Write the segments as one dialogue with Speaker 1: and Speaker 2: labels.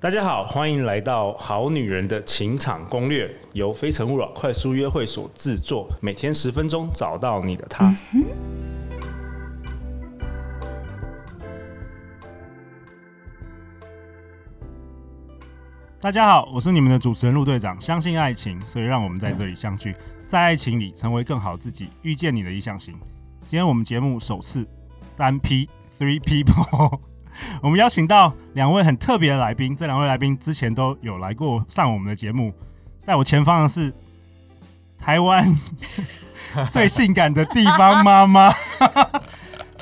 Speaker 1: 大家好，欢迎来到《好女人的情场攻略》，由非诚勿扰快速约会所制作，每天十分钟，找到你的他。大家好，我是你们的主持人陆队长。相信爱情，所以让我们在这里相聚，在爱情里成为更好自己，遇见你的理想型。今天我们节目首次三 P Three People。我们邀请到两位很特别的来宾，这两位来宾之前都有来过上我们的节目。在我前方的是台湾最性感的地方妈妈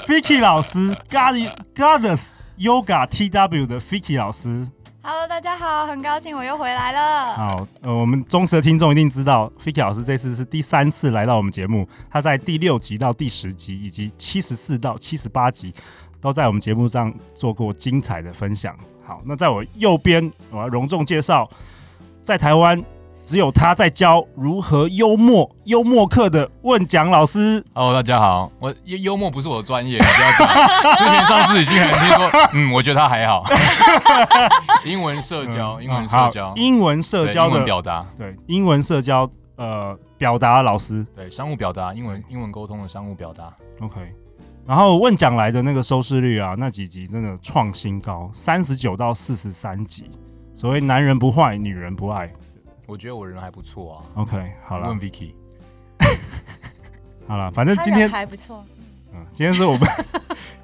Speaker 1: Fiki 老师，Goddess Goddess Yoga TW 的 Fiki 老师。
Speaker 2: Hello，大家好，很高兴我又回来了。
Speaker 1: 好，呃，我们忠实的听众一定知道，Fiki 老师这次是第三次来到我们节目，他在第六集到第十集，以及七十四到七十八集，都在我们节目上做过精彩的分享。好，那在我右边，我要隆重介绍，在台湾只有他在教如何幽默幽默课的问讲老师。
Speaker 3: Hello，大哦家好，我幽幽默不是我的专业，你不要讲。 之前上次已经很听 说，嗯，我觉得他还好。 英文社交，
Speaker 1: 嗯
Speaker 3: 英文
Speaker 1: 嗯好
Speaker 3: 社交，
Speaker 1: 英文社
Speaker 3: 对
Speaker 1: 交
Speaker 3: 英文
Speaker 1: 的
Speaker 3: 表达，
Speaker 1: 对英文社交呃表达老师。
Speaker 3: 对商务表达，英文英文沟通的商务表达。
Speaker 1: OK，然后问讲来的那个收视率啊，那几集真的创新高，三十九到四十三集。所谓男人不坏，女人不爱。
Speaker 3: 我觉得我人还不错啊。
Speaker 1: OK，好了
Speaker 3: 问 Vicky，
Speaker 1: 好了，反正
Speaker 2: 他
Speaker 1: 今
Speaker 2: 人
Speaker 1: 天，
Speaker 2: 还不错，
Speaker 1: 嗯，今天是我 们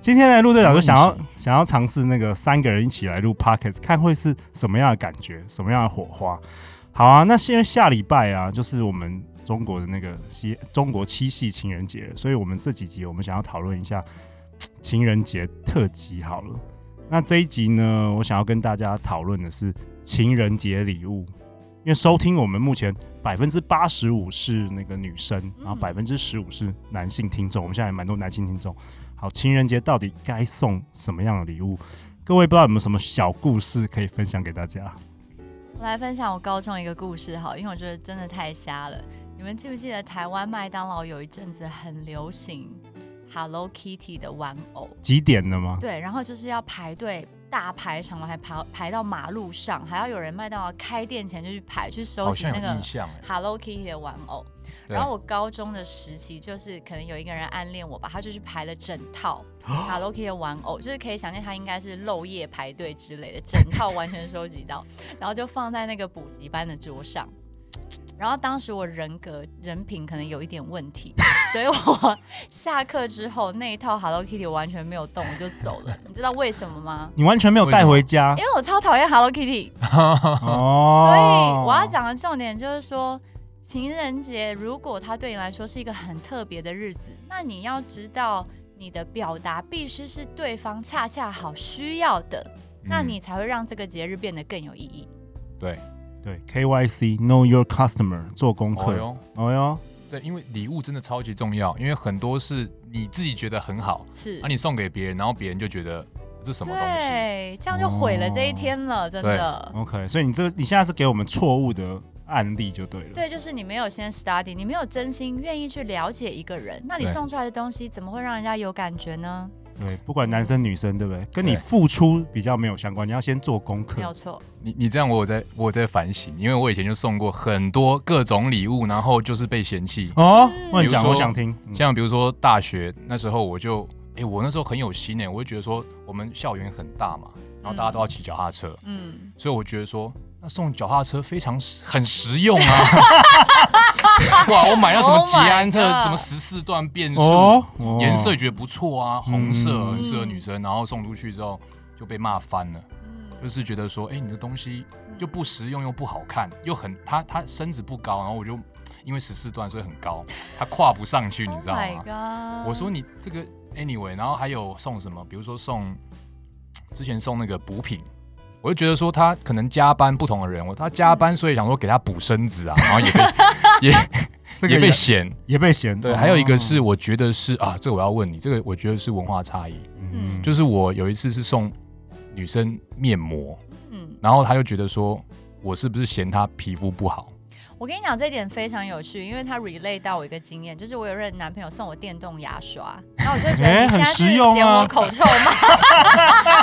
Speaker 1: 今天的陆队长就想要
Speaker 3: 问
Speaker 1: 想要尝试那个三个人一起来录 Pocket，看会是什么样的感觉，什么样的火花。好啊，那现在下礼拜啊，就是我们中国的那个西中国七夕情人节了，所以我们这几集我们想要讨论一下情人节特辑好了。那这一集呢，我想要跟大家讨论的是情人节礼物，因为收听我们目前百分之八十五是那个女生，然
Speaker 2: 嗯
Speaker 1: 后百分之十五是男性听众，我们现在也蛮多男性听众。好，情人节到底该送什么样的礼物？各位不知道有没有什么小故事可以分享给大家？
Speaker 2: 我来分享我高中一个故事好，因为我觉得真的太瞎了。你们记不记得台湾麦当劳有一阵子很流行 Hello Kitty 的玩偶？
Speaker 1: 几点的吗？
Speaker 2: 对，然后就是要排队大排长龙，还排排到马路上，还要有人麦当劳开店前就去排去收
Speaker 3: 好
Speaker 2: 集
Speaker 3: 像
Speaker 2: 那
Speaker 3: 有
Speaker 2: 个
Speaker 3: 印象哎。
Speaker 2: Hello Kitty 的玩偶。
Speaker 3: 对
Speaker 2: 然后我高中的时期，就是可能有一个人暗恋我吧，他就去排了整套 Hello Kitty 的玩偶，就是可以想见他应该是漏夜排队之类的，整套完全收集到，然后就放在那个补习班的桌上。然后当时我人格人品可能有一点问题， 所以我下课之后那一套 Hello Kitty 我完全没有动，我就走了。你知道为什么吗？
Speaker 1: 你完全没有带回家
Speaker 2: 因为我超讨厌 Hello Kitty。
Speaker 1: 哦
Speaker 2: 所以我要，讲的重点就是说，情人节如果它对你来说是一个很特别的日子，那你要知道你的表达必须是对方恰恰好需要的，那
Speaker 3: 嗯
Speaker 2: 你才会让这个节日变得更有意义。
Speaker 3: 对，
Speaker 1: 对 KYC Know Your Customer 做功
Speaker 3: 哦
Speaker 1: 课。
Speaker 3: 哟，
Speaker 1: 哦哟，
Speaker 3: 对，因为礼物真的超级重要，因为很多是你自己觉得很好，啊
Speaker 2: 是，
Speaker 3: 而你送给别人，然后别人就觉得这什么东西。
Speaker 2: 对，这样就毁了这一天了，真的。
Speaker 1: OK，所以你这个你现在是给我们错误的案例就对了。
Speaker 2: 对，就是你没有先 study，你没有真心愿意去了解一个人，那你
Speaker 3: 对
Speaker 2: 送出来的东西怎么会让人家有感觉呢？
Speaker 1: 对，不管男生女生，对不对？跟你
Speaker 3: 对
Speaker 1: 付出比较没有相关，你要先做功课
Speaker 2: 没。有错，
Speaker 3: 你你这样我有在我有在反省，因为我以前就送过很多各种礼物，然后就是被嫌弃。
Speaker 1: 哦，
Speaker 2: 嗯
Speaker 1: 我很讲，
Speaker 3: 比如说
Speaker 1: 我想听。嗯
Speaker 3: 像比如说大学那时候，我就哎、诶我那时候很有心哎、我就觉得说我们校园很大嘛，然后大家都要骑脚踏车，
Speaker 2: 嗯，
Speaker 3: 所以我觉得说那送脚踏车非常实很实用 啊。哇，我买那什么
Speaker 2: Oh my
Speaker 3: 捷安特
Speaker 2: God
Speaker 3: 什么十四段变速，
Speaker 1: 哦，
Speaker 3: 颜、
Speaker 1: 哦
Speaker 3: 色觉得不错啊，红色
Speaker 1: 嗯
Speaker 3: 很适合女生，然后送出去之后就被骂翻了，就
Speaker 2: 嗯
Speaker 3: 是觉得说哎、诶你的东西就不实用又不好看，又很他他身子不高，然后我就因为十四段所以很高，他跨不上去，你知 道
Speaker 2: Oh
Speaker 3: 吗？
Speaker 2: my god！
Speaker 3: 我说你这个 anyway，然后还有送什么？比如说送之前送那个补品，我就觉得说他可能加班不同的人，我他加班所以想说给他补身子啊，然后也 被也
Speaker 1: 这
Speaker 3: 也
Speaker 1: 个
Speaker 3: 被
Speaker 1: 也
Speaker 3: 嫌。
Speaker 1: 也被嫌。
Speaker 3: 对，
Speaker 1: 哦
Speaker 3: 还有一个是我觉得是啊，这个我要问你，这个我觉得是文化差异，
Speaker 1: 嗯
Speaker 3: 就是我有一次是送女生面膜，
Speaker 2: 嗯，
Speaker 3: 然后他就觉得说我是不是嫌她皮肤不好？
Speaker 2: 我跟你讲这一点非常有趣，因为它 relate 到我一个经验，就是我有任男朋友送我电动牙 刷，然后我就觉得
Speaker 1: 哎
Speaker 2: 你现在
Speaker 1: 很
Speaker 2: 是
Speaker 1: 实用啊
Speaker 2: 嫌我口臭吗？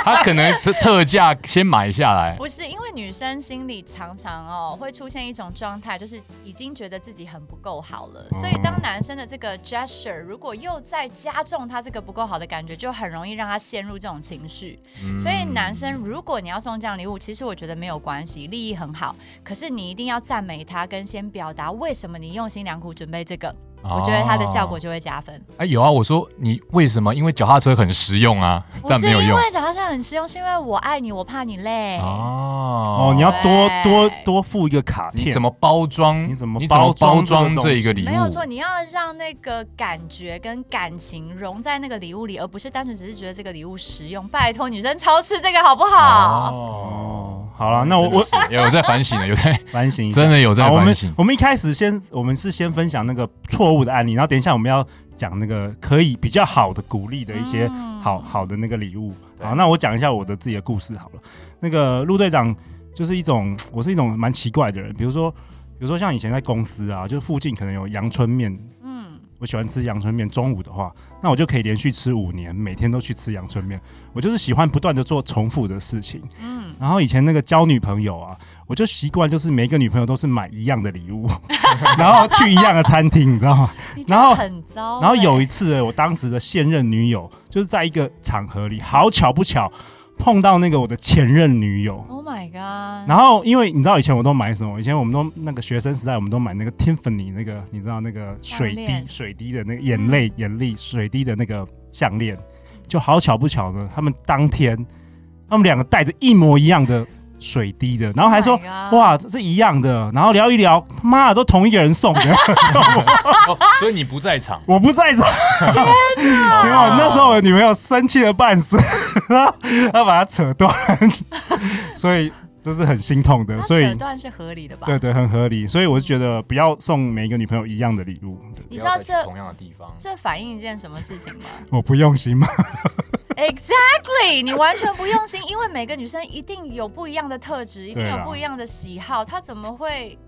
Speaker 3: 他可能特特价先买下来，
Speaker 2: 不是，因为女生心里常常哦会出现一种状态，就是已经觉得自己很不够好了，
Speaker 1: 哦
Speaker 2: 所以当男生的这个 gesture 如果又再加重他这个不够好的感觉，就很容易让他陷入这种情绪。
Speaker 3: 嗯
Speaker 2: 所以男生，如果你要送这样礼物，其实我觉得没有关系，利益很好。可是你一定要赞美他，跟先表达为什么你用心良苦准备这个，我觉得它的效果
Speaker 3: 哦
Speaker 2: 就会加分。
Speaker 3: 哎、有啊，我说你为什么？因为脚踏车很实用啊，
Speaker 2: 不
Speaker 3: 但
Speaker 2: 是
Speaker 3: 没有
Speaker 2: 因
Speaker 3: 用
Speaker 2: 为脚踏车很实用，是因为我爱你，我怕你累。
Speaker 3: 哦
Speaker 1: 哦，你要多
Speaker 2: 对
Speaker 1: 多多付一个卡片。
Speaker 3: 你怎么包装？
Speaker 1: 你怎么
Speaker 3: 你怎么
Speaker 1: 包
Speaker 3: 包
Speaker 1: 装
Speaker 3: 装
Speaker 1: 这个东西
Speaker 3: 这一个礼物？哦
Speaker 2: 没有错，你要让那个感觉跟感情融在那个礼物里，而不是单纯只是觉得这个礼物实用。拜托，女生超吃这个好不好？
Speaker 3: 哦，
Speaker 1: 哦，好了，那我我
Speaker 3: 真的是有在反省了，有在
Speaker 1: 反省一下
Speaker 3: 真。的有在
Speaker 1: 好，我
Speaker 3: 反
Speaker 1: 们
Speaker 3: 省。
Speaker 1: 我们一开始先，我们是先分享那个错误的案例，然后等一下我们要讲那个可以比较好的鼓励的一些
Speaker 2: 嗯
Speaker 1: 好、好的那个礼物。
Speaker 3: 对
Speaker 1: 好，那我讲一下我的自己的故事好了。那个陆队长就是一种，我是一种蛮奇怪的人，比如说，比如说像以前在公司啊，就是附近可能有阳春面，
Speaker 2: 嗯，
Speaker 1: 我喜欢吃阳春面，中午的话，那我就可以连续吃五年，每天都去吃阳春面。我就是喜欢不断的做重复的事情。
Speaker 2: 嗯，
Speaker 1: 然后以前那个交女朋友啊，我就习惯就是每一个女朋友都是买一样的礼物， 然后去一样的餐厅，你知道吗？
Speaker 2: 你真
Speaker 1: 然后
Speaker 2: 的很糟、
Speaker 1: 然后有
Speaker 2: 一
Speaker 1: 一次，我当时的现任女友就是在一个场合里，好巧不巧碰到那个我的前任女友。
Speaker 2: ，Oh my god，
Speaker 1: 然后，因为你知道以前我都买什么？以前我们都那个学生时代，我们都买那个 Tiffany 那个，你知道那个水
Speaker 2: 项
Speaker 1: 滴
Speaker 2: 链嗯
Speaker 1: 水滴的那个眼泪眼泪水滴的那个项链，就好巧不巧呢，他们当天他们两个戴着一模一样的水滴的，然后还说
Speaker 2: Oh my god
Speaker 1: 哇这是一样的，然后聊一聊，他妈的都同一个人送的，，
Speaker 3: 哦所以你不在场
Speaker 1: 我不在场。 结果
Speaker 2: 哦
Speaker 1: 啊那时候我女朋友生气的半死， 她把它扯断， 所以这是很心痛的，
Speaker 2: 它
Speaker 1: 所以
Speaker 2: 扯断是合理的吧？
Speaker 1: 对对，很合理。所以我是觉得不要送每一个女朋友一样的礼物，对
Speaker 2: 你知道这
Speaker 3: 同样的地方，
Speaker 2: 这反映一件什么事情吗
Speaker 1: 我不用心嘛。
Speaker 2: ？Exactly，你完全不用心，因为每个女生一定有不一样的特质，一定
Speaker 1: 对啊
Speaker 2: 有
Speaker 1: 啦
Speaker 2: 不一样的喜好，她怎么会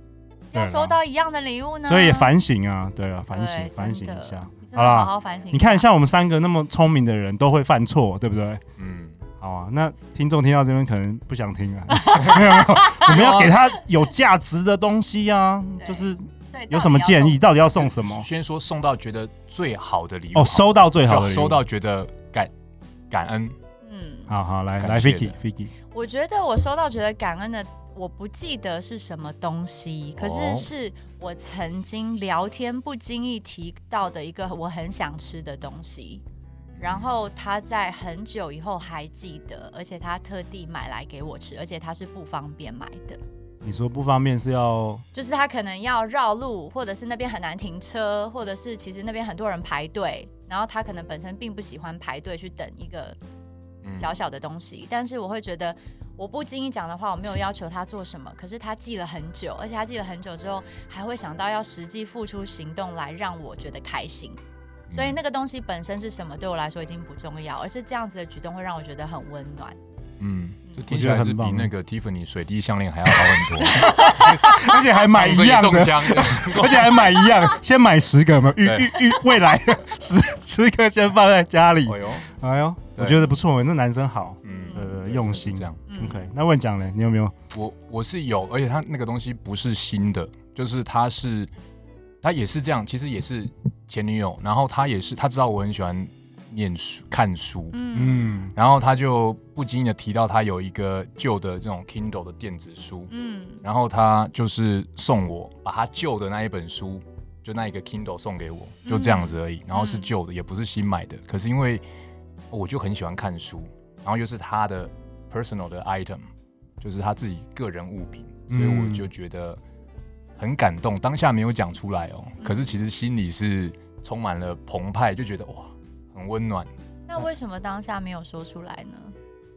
Speaker 1: 对
Speaker 2: 要
Speaker 1: 啦
Speaker 2: 收到一样的礼物呢？
Speaker 1: 所以反省啊，对啊，
Speaker 2: 对
Speaker 1: 反省反省
Speaker 2: 真的
Speaker 1: 一下。
Speaker 2: 你真
Speaker 1: 好
Speaker 2: 的好
Speaker 1: 啦，
Speaker 2: 好反省一下。
Speaker 1: 你看像我们三个那么聪明的人都会犯错，对不对？
Speaker 3: 嗯，
Speaker 1: 好啊，那听众听到这边可能不想听啊， 没有没有， 我们要给他有价值的东西啊，
Speaker 2: 对
Speaker 1: 就是
Speaker 2: 所以到底
Speaker 1: 有什么
Speaker 2: 要
Speaker 1: 建
Speaker 2: 送
Speaker 1: 议，？到底要送什么？
Speaker 3: 先说送到觉得最好的礼物，
Speaker 1: 哦，收到最好的
Speaker 3: 就
Speaker 1: 礼物
Speaker 3: 收到觉得感感恩，
Speaker 2: 嗯，
Speaker 1: 好好来
Speaker 3: 感
Speaker 1: 来
Speaker 3: 谢
Speaker 1: ，Vicky
Speaker 3: 的
Speaker 1: Vicky，
Speaker 2: 我觉得我收到觉得感恩的，我不记得是什么东西，可是
Speaker 3: 哦
Speaker 2: 是我曾经聊天不经意提到的一个我很想吃的东西。然后他在很久以后还记得，而且他特地买来给我吃，而且他是不方便买的，
Speaker 1: 你说不方便是要
Speaker 2: 就是他可能要绕路，或者是那边很难停车，或者是其实那边很多人排队，然后他可能本身并不喜欢排队去等一个
Speaker 3: 嗯
Speaker 2: 小小的东西，但是我会觉得我不经意讲的话，我没有要求他做什么，可是他记了很久，而且他记了很久之后，还会想到要实际付出行动来让我觉得开心。
Speaker 3: 嗯
Speaker 2: 所以那个东西本身是什么，对我来说已经不重要，而是这样子的举动会让我觉得很温暖。
Speaker 3: 嗯，就听
Speaker 1: 我
Speaker 3: 起
Speaker 1: 觉得
Speaker 3: 来
Speaker 1: 很
Speaker 3: 是比
Speaker 1: 棒
Speaker 3: 那个 Tiffany 水滴项链还要好 很多，
Speaker 1: 而且还哎买一样
Speaker 3: 躺着也
Speaker 1: 的
Speaker 3: 中，枪，
Speaker 1: 而且还买一样， 先买十个嘛，预
Speaker 3: 对
Speaker 1: 预预未来 的十十个先放在家 里。
Speaker 3: 哎呦，
Speaker 1: 哎呦，
Speaker 3: 对
Speaker 1: 我觉得不错，这男生好，
Speaker 3: 嗯，
Speaker 1: 呃，用心
Speaker 3: 这样。
Speaker 2: 嗯
Speaker 1: OK，那问讲嘞，你有没有？
Speaker 3: 我我是有，而且它那个东西不是新的，就是它是，它也是这样，其实也是前女友，然后她也是，她知道我很喜欢念书看书，
Speaker 2: 嗯
Speaker 1: 嗯，
Speaker 3: 然后她就不经意的提到她有一个旧的这种 Kindle 的电子书，
Speaker 2: 嗯
Speaker 3: 然后她就是送我把她旧的那一本书，就那一个 Kindle 送给我，就这样子而已，然后是旧的，也不是新买的，可是因为我就很喜欢看书，然后又是她的 personal 的 item，就是她自己个人物品，所以我
Speaker 1: 嗯
Speaker 3: 就觉得很感动，当下没有讲出来哦，可是其实心里是充满了澎湃，就觉得哇，很温暖。
Speaker 2: 那为什么当下没有说出来呢？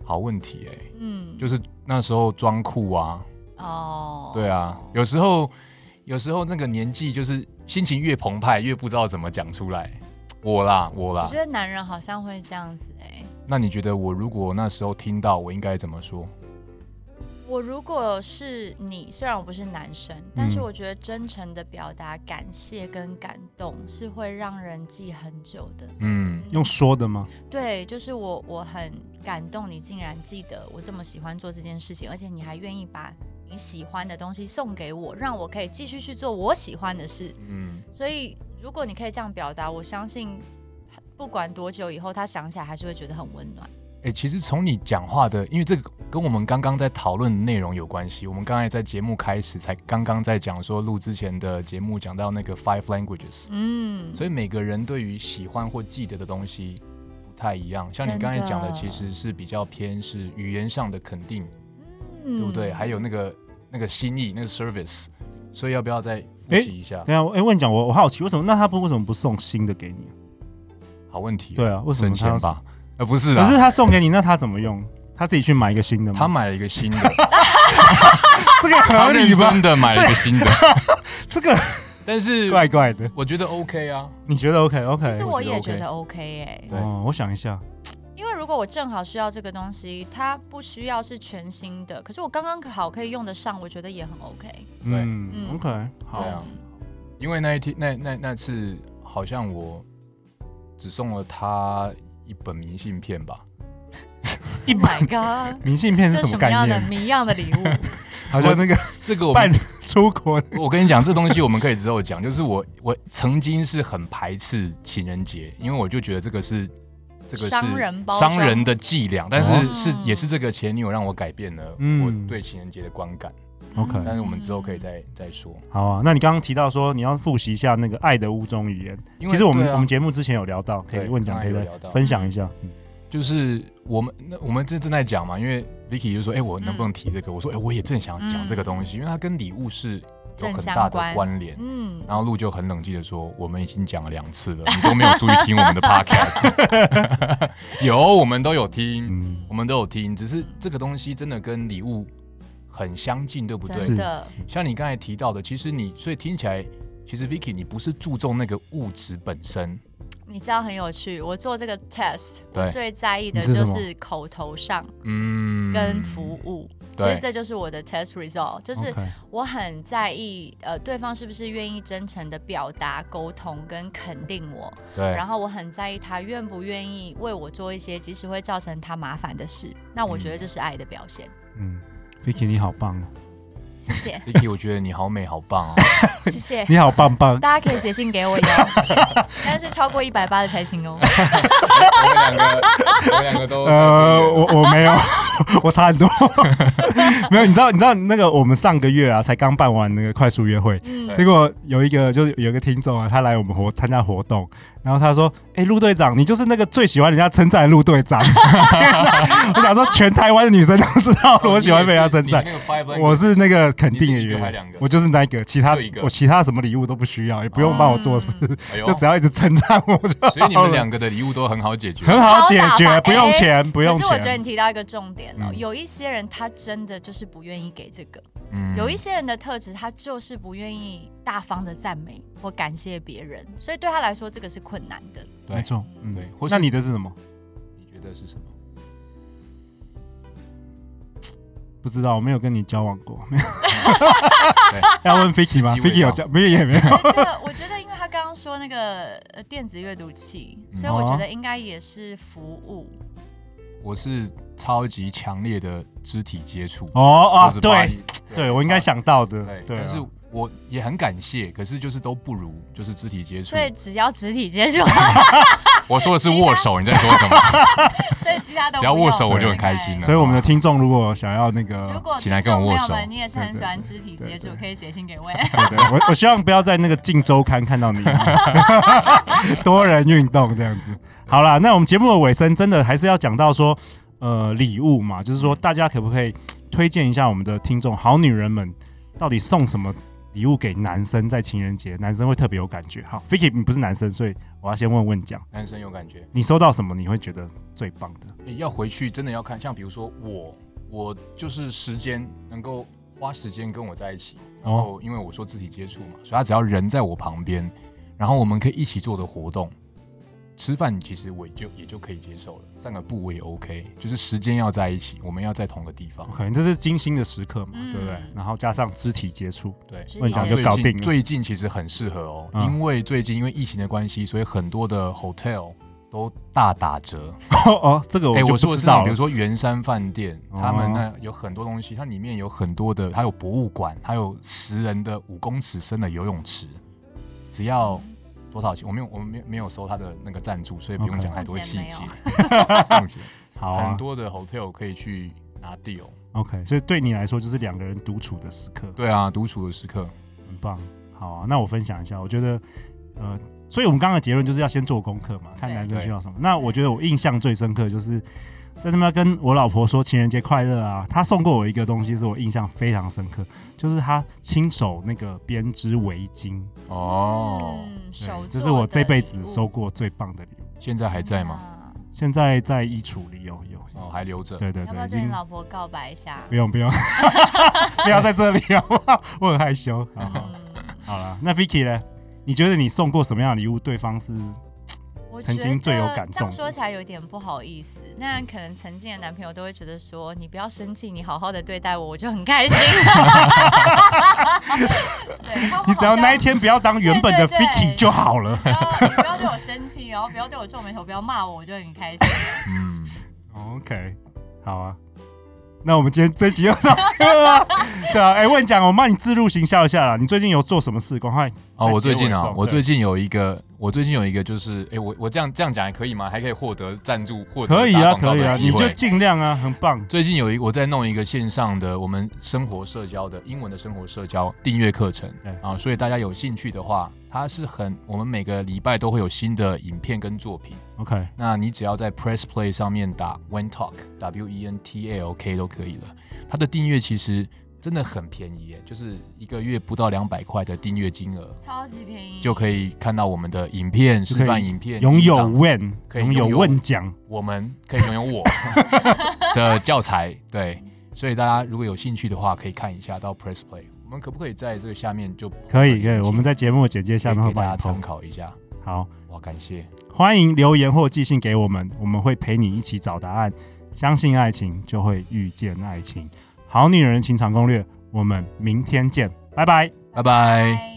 Speaker 3: 好问题哎、
Speaker 2: 嗯，
Speaker 3: 就是那时候装酷啊，
Speaker 2: 哦，
Speaker 3: 对啊，有时候有时候那个年纪就是心情越澎湃，越不知道怎么讲出来。我啦，我
Speaker 2: 我
Speaker 3: 啦
Speaker 2: 觉，得男人好像会这样子哎、
Speaker 3: 那你觉得我如果那时候听到，我应该怎么说？
Speaker 2: 我如果是你，虽然我不是男生，但是
Speaker 1: 嗯
Speaker 2: 我觉得真诚的表达感谢跟感动是会让人记很久的。
Speaker 3: 嗯
Speaker 1: 用说的吗？
Speaker 2: 对，就是我我很感动，你竟然记得我这么喜欢做这件事情，而且你还愿意把你喜欢的东西送给我，让我可以继续去做我喜欢的事。
Speaker 3: 嗯，
Speaker 2: 所以，如果你可以这样表达，我相信不管多久以后，他想起来还是会觉得很温暖。
Speaker 3: 哎、其实从你讲话的，因为这个跟我们刚刚在讨论的内容有关系。我们刚才在节目开始才刚刚在讲说录之前的节目讲到那个 five languages，
Speaker 2: 嗯，
Speaker 3: 所以每个人对于喜欢或记得的东西不太一样。像你
Speaker 2: 真
Speaker 3: 刚才讲的，
Speaker 2: 的
Speaker 3: 其实是比较偏是语言上的肯定，
Speaker 2: 嗯
Speaker 3: 对不对？还有那个那个心意，那个 service，所以要不要再复
Speaker 1: 诶
Speaker 3: 习一下？
Speaker 1: 等一下，哎、问你讲，我我好奇，为什么那他不为什么不送新的给你？
Speaker 3: 好问题，
Speaker 1: 对，啊，为什
Speaker 3: 省
Speaker 1: 么他要
Speaker 3: 钱？吧？呃，不是
Speaker 1: 可
Speaker 3: 啦，
Speaker 1: 是他送给你，那他怎么用？他自己去买一个新的吗？
Speaker 3: 他买了一个新的，
Speaker 1: 这个合
Speaker 3: 他
Speaker 1: 理
Speaker 3: 认
Speaker 1: 吗？
Speaker 3: 真的买了一个新的，
Speaker 1: 这个
Speaker 3: 但是
Speaker 1: 怪怪的，
Speaker 3: 我觉得 OK 啊，
Speaker 1: 你觉得 OK OK？
Speaker 2: 其实我也
Speaker 3: 我
Speaker 2: 觉
Speaker 3: 觉得
Speaker 2: 得 OK 哎、
Speaker 3: 对
Speaker 1: 哦，我想一下，
Speaker 2: 因为如果我正好需要这个东西，它不需要是全新的，可是我刚刚好可以用得上，我觉得也很 OK。
Speaker 1: 嗯
Speaker 2: 嗯
Speaker 1: ，OK，好
Speaker 3: 对，啊，因为那一天那那那次好像我只送了他一本明信片吧，
Speaker 1: 一
Speaker 2: Oh
Speaker 1: 百
Speaker 2: my god，
Speaker 1: 明信片
Speaker 2: 这
Speaker 1: 是什
Speaker 2: 是什
Speaker 1: 么
Speaker 2: 么
Speaker 1: 概
Speaker 2: 样的
Speaker 1: 念？
Speaker 2: 谜样的礼物？
Speaker 1: 好像那个
Speaker 3: 这个我
Speaker 1: 半
Speaker 3: 们
Speaker 1: 出国的
Speaker 3: 我跟你讲，这东西我们可以之后讲，就是我我曾经是很排斥情人节，因为我就觉得这个是。这个是
Speaker 2: 商人包装
Speaker 3: 商人的伎俩，但是
Speaker 1: 哦
Speaker 3: 是也是这个前女友让我改变了
Speaker 1: 嗯
Speaker 3: 我对情人节的观感，
Speaker 1: OK
Speaker 3: 但是我们之后可以再再说。
Speaker 1: 好啊，那你刚刚提到说你要复习一下那个《爱的五种语言》，
Speaker 3: 因为
Speaker 1: 其实我们、
Speaker 3: 对啊
Speaker 1: 我们节目之前有聊到，可
Speaker 3: 对
Speaker 1: 以问讲，可
Speaker 3: 刚
Speaker 1: 以
Speaker 3: 才有
Speaker 1: 再
Speaker 3: 聊到
Speaker 1: 分享一下。
Speaker 3: 就是我们那我们正正在讲嘛，因为 Vicky 就说，哎、我
Speaker 2: 嗯
Speaker 3: 能不能提这个？我说，哎、我也正想讲这个东西，因为它跟礼物是有很大的关联。
Speaker 2: 嗯，
Speaker 3: 然后陆就很冷静的说：“我们已经讲了两次了，你都没有注意听 我们的 podcast。有，我们都有听，
Speaker 1: 嗯，
Speaker 3: 我们都有听，只是这个东西真的跟礼物很相近，对不对？
Speaker 2: 真的，
Speaker 3: 像你刚才提到的，其实你所以听起来，其实 Vicky 你不是注重那个物质本身，
Speaker 2: 你知道很有趣。我做这个 test，
Speaker 3: 对
Speaker 2: 我最在意的
Speaker 1: 你是
Speaker 2: 就
Speaker 1: 什么
Speaker 2: 是口头上
Speaker 3: 嗯，
Speaker 2: 跟服务，
Speaker 3: 对
Speaker 2: 所以这就是我的 test result，就是。
Speaker 1: 嗯 OK
Speaker 2: 我很在意，呃，对方是不是愿意真诚的表达、沟通跟肯定我，
Speaker 3: 对，
Speaker 2: 然后我很在意他愿不愿意为我做一些即使会造成他麻烦的事。那我觉得这是爱的表现。
Speaker 1: 嗯，Vicky 你好棒哦，
Speaker 2: 谢 谢
Speaker 3: Vicky，我觉得你好美，好 棒哦。
Speaker 2: 谢谢。
Speaker 1: 你好棒棒，
Speaker 2: 大家可以写信 给我哟，但是超过一百八的才行哦。
Speaker 3: 我们两个，我们两个都
Speaker 1: 呃，我我没有， 我差很多， 没有。你知道，你知道那个我们上个月啊，才刚办完那个快速约会，
Speaker 2: 嗯，
Speaker 1: 结果有一个就是有一个听众啊，他来我们活参加活动，然后他说：“哎、陆队长，你就是那个最喜欢人家称赞的陆队长。 天哪”我想说，全台湾的女生都知道 我喜欢被人家称赞。 我是那个肯定的
Speaker 3: 你是一个还
Speaker 1: 人
Speaker 3: 两个，
Speaker 1: 我就是那一个，其他
Speaker 3: 就一个
Speaker 1: 我其他什么礼物都不需要，也不用帮我做事，
Speaker 3: 哎呦
Speaker 1: 就只要一直称赞我就 好了。
Speaker 3: 所以你们两个的礼物都很好解 决。
Speaker 1: 很好解
Speaker 2: 好打
Speaker 1: 决
Speaker 2: 发，
Speaker 1: 不用
Speaker 2: 哎
Speaker 1: 钱，不用
Speaker 2: 可是我觉得
Speaker 1: 钱。
Speaker 2: 你提到一个重点哦，
Speaker 1: 嗯
Speaker 2: 有一些人他真的就是不愿意给这个，
Speaker 3: 嗯
Speaker 2: 有一些人的特质他就是不愿意大方的赞美或感谢别人，所以对他来说这个是困难 的。
Speaker 3: 对
Speaker 1: 没错，嗯
Speaker 3: 对或是
Speaker 1: 那你的是什么？
Speaker 3: 你觉得是什么？
Speaker 1: 不知道，我没有跟你交往过。没有
Speaker 3: 对
Speaker 1: 要问 Fiki 吗
Speaker 3: 时机未
Speaker 1: ？Fiki
Speaker 3: 到
Speaker 1: 有交，没有也没有。
Speaker 2: 这个我觉得，因为他刚刚说那个呃电子阅读器，所以我
Speaker 1: 哦
Speaker 2: 觉得应该也是服务。
Speaker 3: 我是超级强烈的肢体接触。
Speaker 1: 哦啊
Speaker 3: 就是，把
Speaker 1: 对
Speaker 3: 你，
Speaker 1: 对，我应该。想到的
Speaker 3: 把你，
Speaker 1: 对
Speaker 3: 对，
Speaker 1: 啊，
Speaker 3: 但是我也很感谢，可是就是都不如就是肢体接触
Speaker 2: 所。以只要肢体接触，
Speaker 3: 我说的是握手，你在说什么？
Speaker 2: 所以其他都不用
Speaker 3: 只要握手我就很开
Speaker 2: 啊
Speaker 3: 心了
Speaker 1: 所以我们的听众如果想要那个，
Speaker 2: 如果
Speaker 3: 请来跟我握手
Speaker 2: 听众朋友们你也是很喜欢肢体接
Speaker 1: 对对
Speaker 2: 触
Speaker 1: 对，对
Speaker 2: 可以写 信给我。
Speaker 1: 对对我我希望不要在那个《镜周刊》看到你， 多人运动这样子。好啦，那我们节目的尾声，真的还是要讲到说，呃，礼物嘛，就是说大家可不可以推荐一下我们的听众好女人们，到底送什么礼物给男生在情人节，男生会特别有感觉。好，Vicky 你不是男生，所以我要先问问讲，
Speaker 3: 男生有感觉，
Speaker 1: 你收到什么你会觉得最棒的？
Speaker 3: 欸要回去真的要看，像比如说我，我就是时间能够花时间跟我在一起，
Speaker 1: 哦
Speaker 3: 然后因为我说肢体接触嘛，所以他只要人在我旁边，然后我们可以一起做的活动，吃饭其实我也就也就可以接受了，散个步我也 OK，就是时间要在一起，我们要在同个地方。
Speaker 1: 可能这是精心的时刻嘛，
Speaker 2: 嗯
Speaker 1: 对不对？然后加上肢体接触，
Speaker 3: 对，
Speaker 2: 肢
Speaker 1: 体
Speaker 3: 然后
Speaker 1: 接触
Speaker 3: 最
Speaker 1: 搞
Speaker 3: 近
Speaker 1: 定了啊
Speaker 3: 最近其实很适合哦，
Speaker 1: 嗯
Speaker 3: 因为最近因为疫情的关系，所以很多的 hotel 都大打折。
Speaker 1: 哦哦，这个我
Speaker 3: 哎、
Speaker 1: 就
Speaker 3: 我
Speaker 1: 不
Speaker 3: 说的
Speaker 1: 知
Speaker 3: 是那
Speaker 1: 道
Speaker 3: 种，比
Speaker 1: 了
Speaker 3: 如。说圆山饭店，他
Speaker 1: 哦
Speaker 3: 们那有很多东西，它里面有很多的，它有博物馆，它有十人的五公尺深的游泳池，只要多少钱？我没有，我们没有没有收他的那个赞助，所以不用
Speaker 1: OK
Speaker 3: 讲太多细
Speaker 2: 目
Speaker 3: 节
Speaker 2: 前。
Speaker 3: 目前
Speaker 1: 好啊
Speaker 3: 很多的 hotel 可以去拿 deal。
Speaker 1: ，OK，所以对你来说就是两个人独处的时刻，
Speaker 3: 对啊，独处的时刻，
Speaker 1: 很棒。好啊，那我分享一下，我觉得，呃，所以我们刚刚的结论就是要先做功课嘛，看
Speaker 2: 对
Speaker 1: 男生需
Speaker 3: 对
Speaker 1: 要什么。那我觉得我印象最深刻就是在他妈跟我老婆说情人节快乐啊，她送过我一个东西，是我印象非常深刻，就是她亲手那个编织围巾，
Speaker 3: 哦，
Speaker 2: 嗯，
Speaker 1: 对
Speaker 2: 手，
Speaker 1: 这是
Speaker 2: 做
Speaker 1: 我
Speaker 2: 的
Speaker 1: 这辈
Speaker 2: 礼
Speaker 1: 子
Speaker 2: 物
Speaker 1: 收过最棒的礼物。
Speaker 3: 现在还在吗？
Speaker 2: 啊？
Speaker 1: 现在在衣橱里有有，
Speaker 3: 哦，还留着。
Speaker 1: 对对
Speaker 2: 嗯要不
Speaker 1: 对，
Speaker 2: 要
Speaker 1: 已
Speaker 2: 对你
Speaker 1: 经啊
Speaker 2: 老婆告白一下？
Speaker 1: 不用不用， 不要在这里好不好？我很害羞。好好
Speaker 2: 嗯，
Speaker 1: 好了，那 Vicky 呢？你觉得你送过什么样的礼物，对方是
Speaker 2: 我
Speaker 1: 曾
Speaker 2: 觉
Speaker 1: 经最有
Speaker 2: 得
Speaker 1: 感
Speaker 2: 这样
Speaker 1: 动
Speaker 2: 说
Speaker 1: 的
Speaker 2: 起来有点不好意思，那可能曾经的男朋友都会觉得说，你不要生气，你好好的对待我，我就很开心。 对，他们
Speaker 1: 你只要
Speaker 2: 好像
Speaker 1: 那一天不要当原本的
Speaker 2: 对对对
Speaker 1: Vicky 就好了。
Speaker 2: 然后你不要对我生气，然后不要对我皱眉头，不要骂我，我就很开心。
Speaker 3: 嗯，
Speaker 1: OK，好啊。那我们今天这集又到这了， 对啊，哎、我跟你讲，我帮你自入行销一下啦。你最近有做什么事？赶快
Speaker 3: 哦，我最近
Speaker 1: 在结尾的时候
Speaker 3: 啊，我
Speaker 1: 对
Speaker 3: 最近有一个，我最近有一个就是，哎、我我这样这样讲还可以吗？还可以获得赞助，获得
Speaker 1: 可以
Speaker 3: 打
Speaker 1: 啊，
Speaker 3: 广告
Speaker 1: 可以
Speaker 3: 的
Speaker 1: 啊，
Speaker 3: 机
Speaker 1: 你
Speaker 3: 会
Speaker 1: 就尽量啊，很棒。
Speaker 3: 最近有一，我在弄一个线上的我们生活社交的英文的生活社交订阅课程
Speaker 1: 对
Speaker 3: 啊，所以大家有兴趣的话，它是很，我们每个礼拜都会有新的影片跟作品。
Speaker 1: OK，
Speaker 3: 那你只要在 Press Play 上面打 When Talk W E N T A L K 都可以了。它的订阅其实真的很便宜耶，就是一个月不到两百块的订阅金额。
Speaker 2: 超级便宜，
Speaker 3: 就可以看到我们的影片、
Speaker 1: 就可以
Speaker 3: 示范影片，
Speaker 1: 拥有
Speaker 3: 音档
Speaker 1: Win，
Speaker 3: 可以
Speaker 1: 拥有
Speaker 3: 拥有
Speaker 1: Win 奖，
Speaker 3: 我们可以拥有我的教材，对，所以大家如果有兴趣的话，可以看一下到 Press Play。我们可不可以在这个下面就
Speaker 1: 可以可以。我们在节目简介下面
Speaker 3: 可
Speaker 1: 会
Speaker 3: 以给
Speaker 1: 帮
Speaker 3: 大家
Speaker 1: 你投
Speaker 3: 参。考一下？
Speaker 1: 好，
Speaker 3: 哇，感谢，
Speaker 1: 欢迎留言或寄信给我们，我们会陪你一起找答案。相信爱情，就会遇见爱情。好女人情场攻略，我们明天见，拜拜。
Speaker 3: 拜拜。